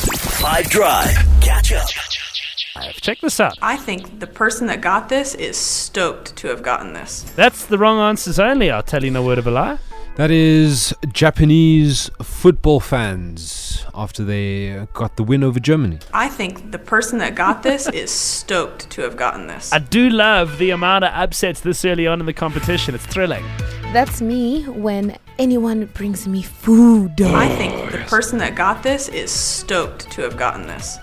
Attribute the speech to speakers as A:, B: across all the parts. A: Five Drive. Catch up.
B: Check this out.
C: I think the person that got this is stoked to have gotten this.
B: That's the wrong answers only. I'll tell you no word of a lie.
D: That is Japanese football fans after they got the win over Germany.
C: I think the person that got this is stoked to have gotten this.
B: I do love the amount of upsets this early on in the competition. It's thrilling.
E: That's me when anyone brings me food.
C: I think the person that got this is stoked to have gotten this.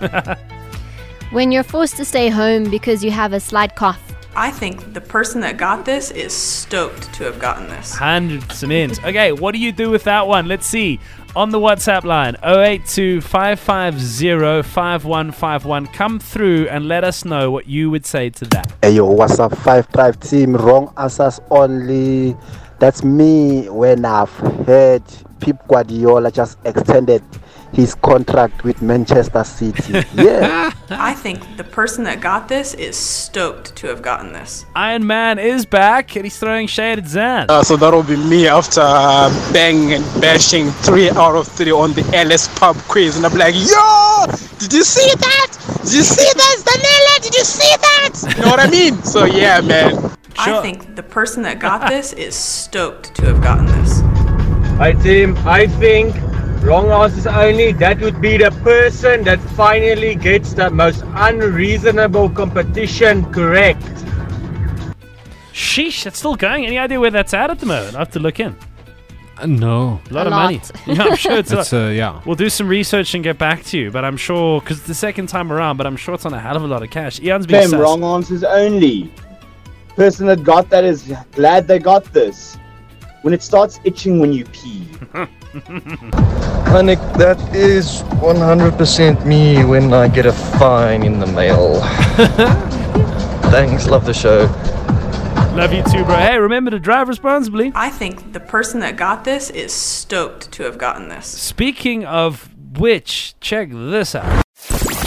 F: When you're forced to stay home because you have a slight cough.
C: I think the person that got this is stoked to have gotten this.
B: Hundreds and ends. Okay, what do you do with that one? Let's see. On the WhatsApp line 082 550 5151. Come through and let us know what you would say to that.
G: Hey yo, what's up, Five Drive team? Wrong answers only. That's me when I've heard Pep Guardiola just extended his contract with Manchester City. Yeah.
C: I think the person that got this is stoked to have gotten this.
B: Iron Man is back and he's throwing shade at Zan.
H: Uh, so that'll be me after bang and bashing three out of three on the LS pub quiz. And I'm like, yo, did you see that? Did you see that, Danila? Did you see that? You know what I mean? So yeah, man.
C: I think the person that got this is stoked to have gotten this.
I: Hi team, I think wrong answers only. That would be the person that finally gets the most unreasonable competition correct.
B: Sheesh, it's still going. Any idea where that's at at the moment? I have to look in.
D: Uh, no.
B: A lot
F: A
B: of
F: lot.
B: money. Yeah, I'm sure it's a
D: That's,
B: lot.
D: uh, yeah.
B: We'll do some research and get back to you, but I'm sure because the second time around, but I'm sure it's on a hell of a lot of cash. Ian's been
J: Fam,
B: sus.
J: wrong answers only. Person that got that is glad they got this. When it starts itching when you pee.
K: Panic, that is 100% me when I get a fine in the mail. Thanks, love the show.
B: Love you too, bro. Hey, remember to drive responsibly.
C: I think the person that got this is stoked to have gotten this.
B: Speaking of which, check this out.